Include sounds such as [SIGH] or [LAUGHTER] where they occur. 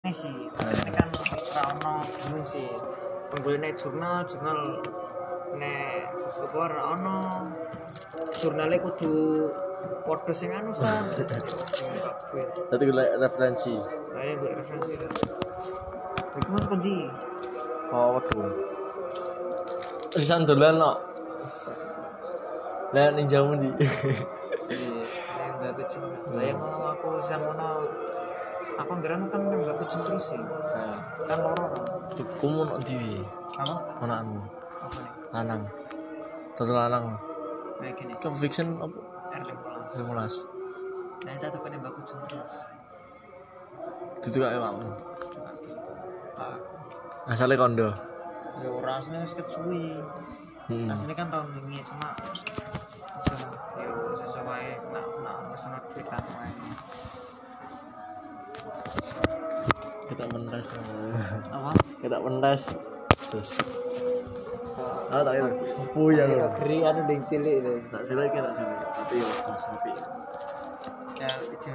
ini sih ini kan rano gunung sih penggulane jurnal jurnal nek apa ora ono jurnale kudu padha sing anu sam Dadi golek referensi. kaya gue referensi kan tapi mau kendi Oh, waduh. Sisan dolan kok. Lah ninjamu ndi? yang gak kucing lah yang mau aku sam ono aku ngeran kan nembak kucing terus sih Nah, kan loro kan tukumu nok dhewe, apa anakmu apa nih lanang. Satu lanang. kayak gini Conviction apa? R15 15. nah itu aku nembak kucing terus Dudu kake awakmu. gitu. Pak, Asale kondo. ya ora asline wis kecuwi Heeh. asline kan tahun ini cuma ya sesuai nak nak wis ana duit kan wae Kita mendas. [LAUGHS] apa Kita mendas. Terus. Ah, tak kira. Sepuh ya lo. geri anu ding cilik ya. Tak silek, tak silek. Tapi ya, mas, tapi. ya kecil